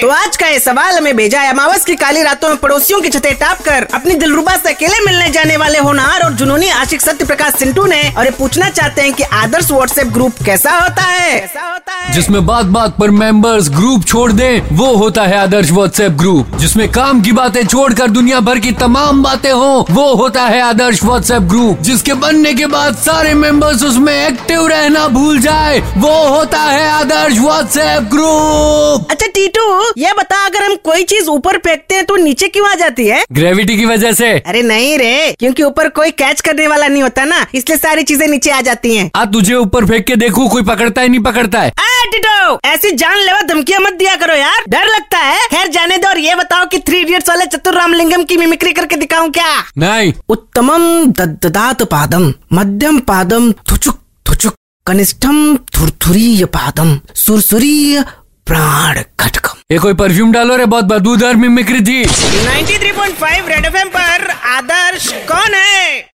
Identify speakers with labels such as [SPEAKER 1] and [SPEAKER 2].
[SPEAKER 1] तो आज का ये सवाल हमें भेजा है अमावस की काली रातों में पड़ोसियों की छतें टाप कर अपनी दिलरुबा से अकेले मिलने जाने वाले होनहार और जुनूनी आशिक सत्य प्रकाश सिंटू ने और ये पूछना चाहते हैं कि आदर्श व्हाट्सएप ग्रुप कैसा होता है कैसा होता है
[SPEAKER 2] जिसमें बात बात पर मेंबर्स ग्रुप छोड़ दें वो होता है आदर्श व्हाट्सएप ग्रुप जिसमें काम की बातें छोड़कर दुनिया भर की तमाम बातें हो वो होता है आदर्श व्हाट्सएप ग्रुप जिसके बनने के बाद सारे मेंबर्स उसमें एक्टिव रहना भूल जाए वो होता है आदर्श व्हाट्सएप ग्रुप
[SPEAKER 1] अच्छा टीटू ये बता अगर हम कोई चीज ऊपर फेंकते हैं तो नीचे क्यों आ जाती है
[SPEAKER 2] ग्रेविटी की वजह से
[SPEAKER 1] अरे नहीं रे क्योंकि ऊपर कोई कैच करने वाला नहीं होता ना इसलिए सारी चीजें नीचे आ जाती हैं
[SPEAKER 2] आ तुझे ऊपर फेंक के देखू कोई पकड़ता है नहीं पकड़ता है
[SPEAKER 1] आ, टिटो ऐसी जानलेवा धमकियां मत दिया करो यार डर लगता है खैर जाने दो और ये बताओ कि थ्री इडियट्स वाले चतुर रामलिंगम की मिमिक्री करके दिखाऊं क्या
[SPEAKER 2] नहीं
[SPEAKER 1] उत्तमम दद्ददात पादम मध्यम पादम थुचुक थुचुक कनिष्ठम थुरथुरीय पादम सुरसुरीय प्राण खटकम
[SPEAKER 2] ये कोई परफ्यूम डालो रे बहुत बदबूदार मिमिक्री थी
[SPEAKER 3] 93.5 रेड एफएम पर आदर्श कौन है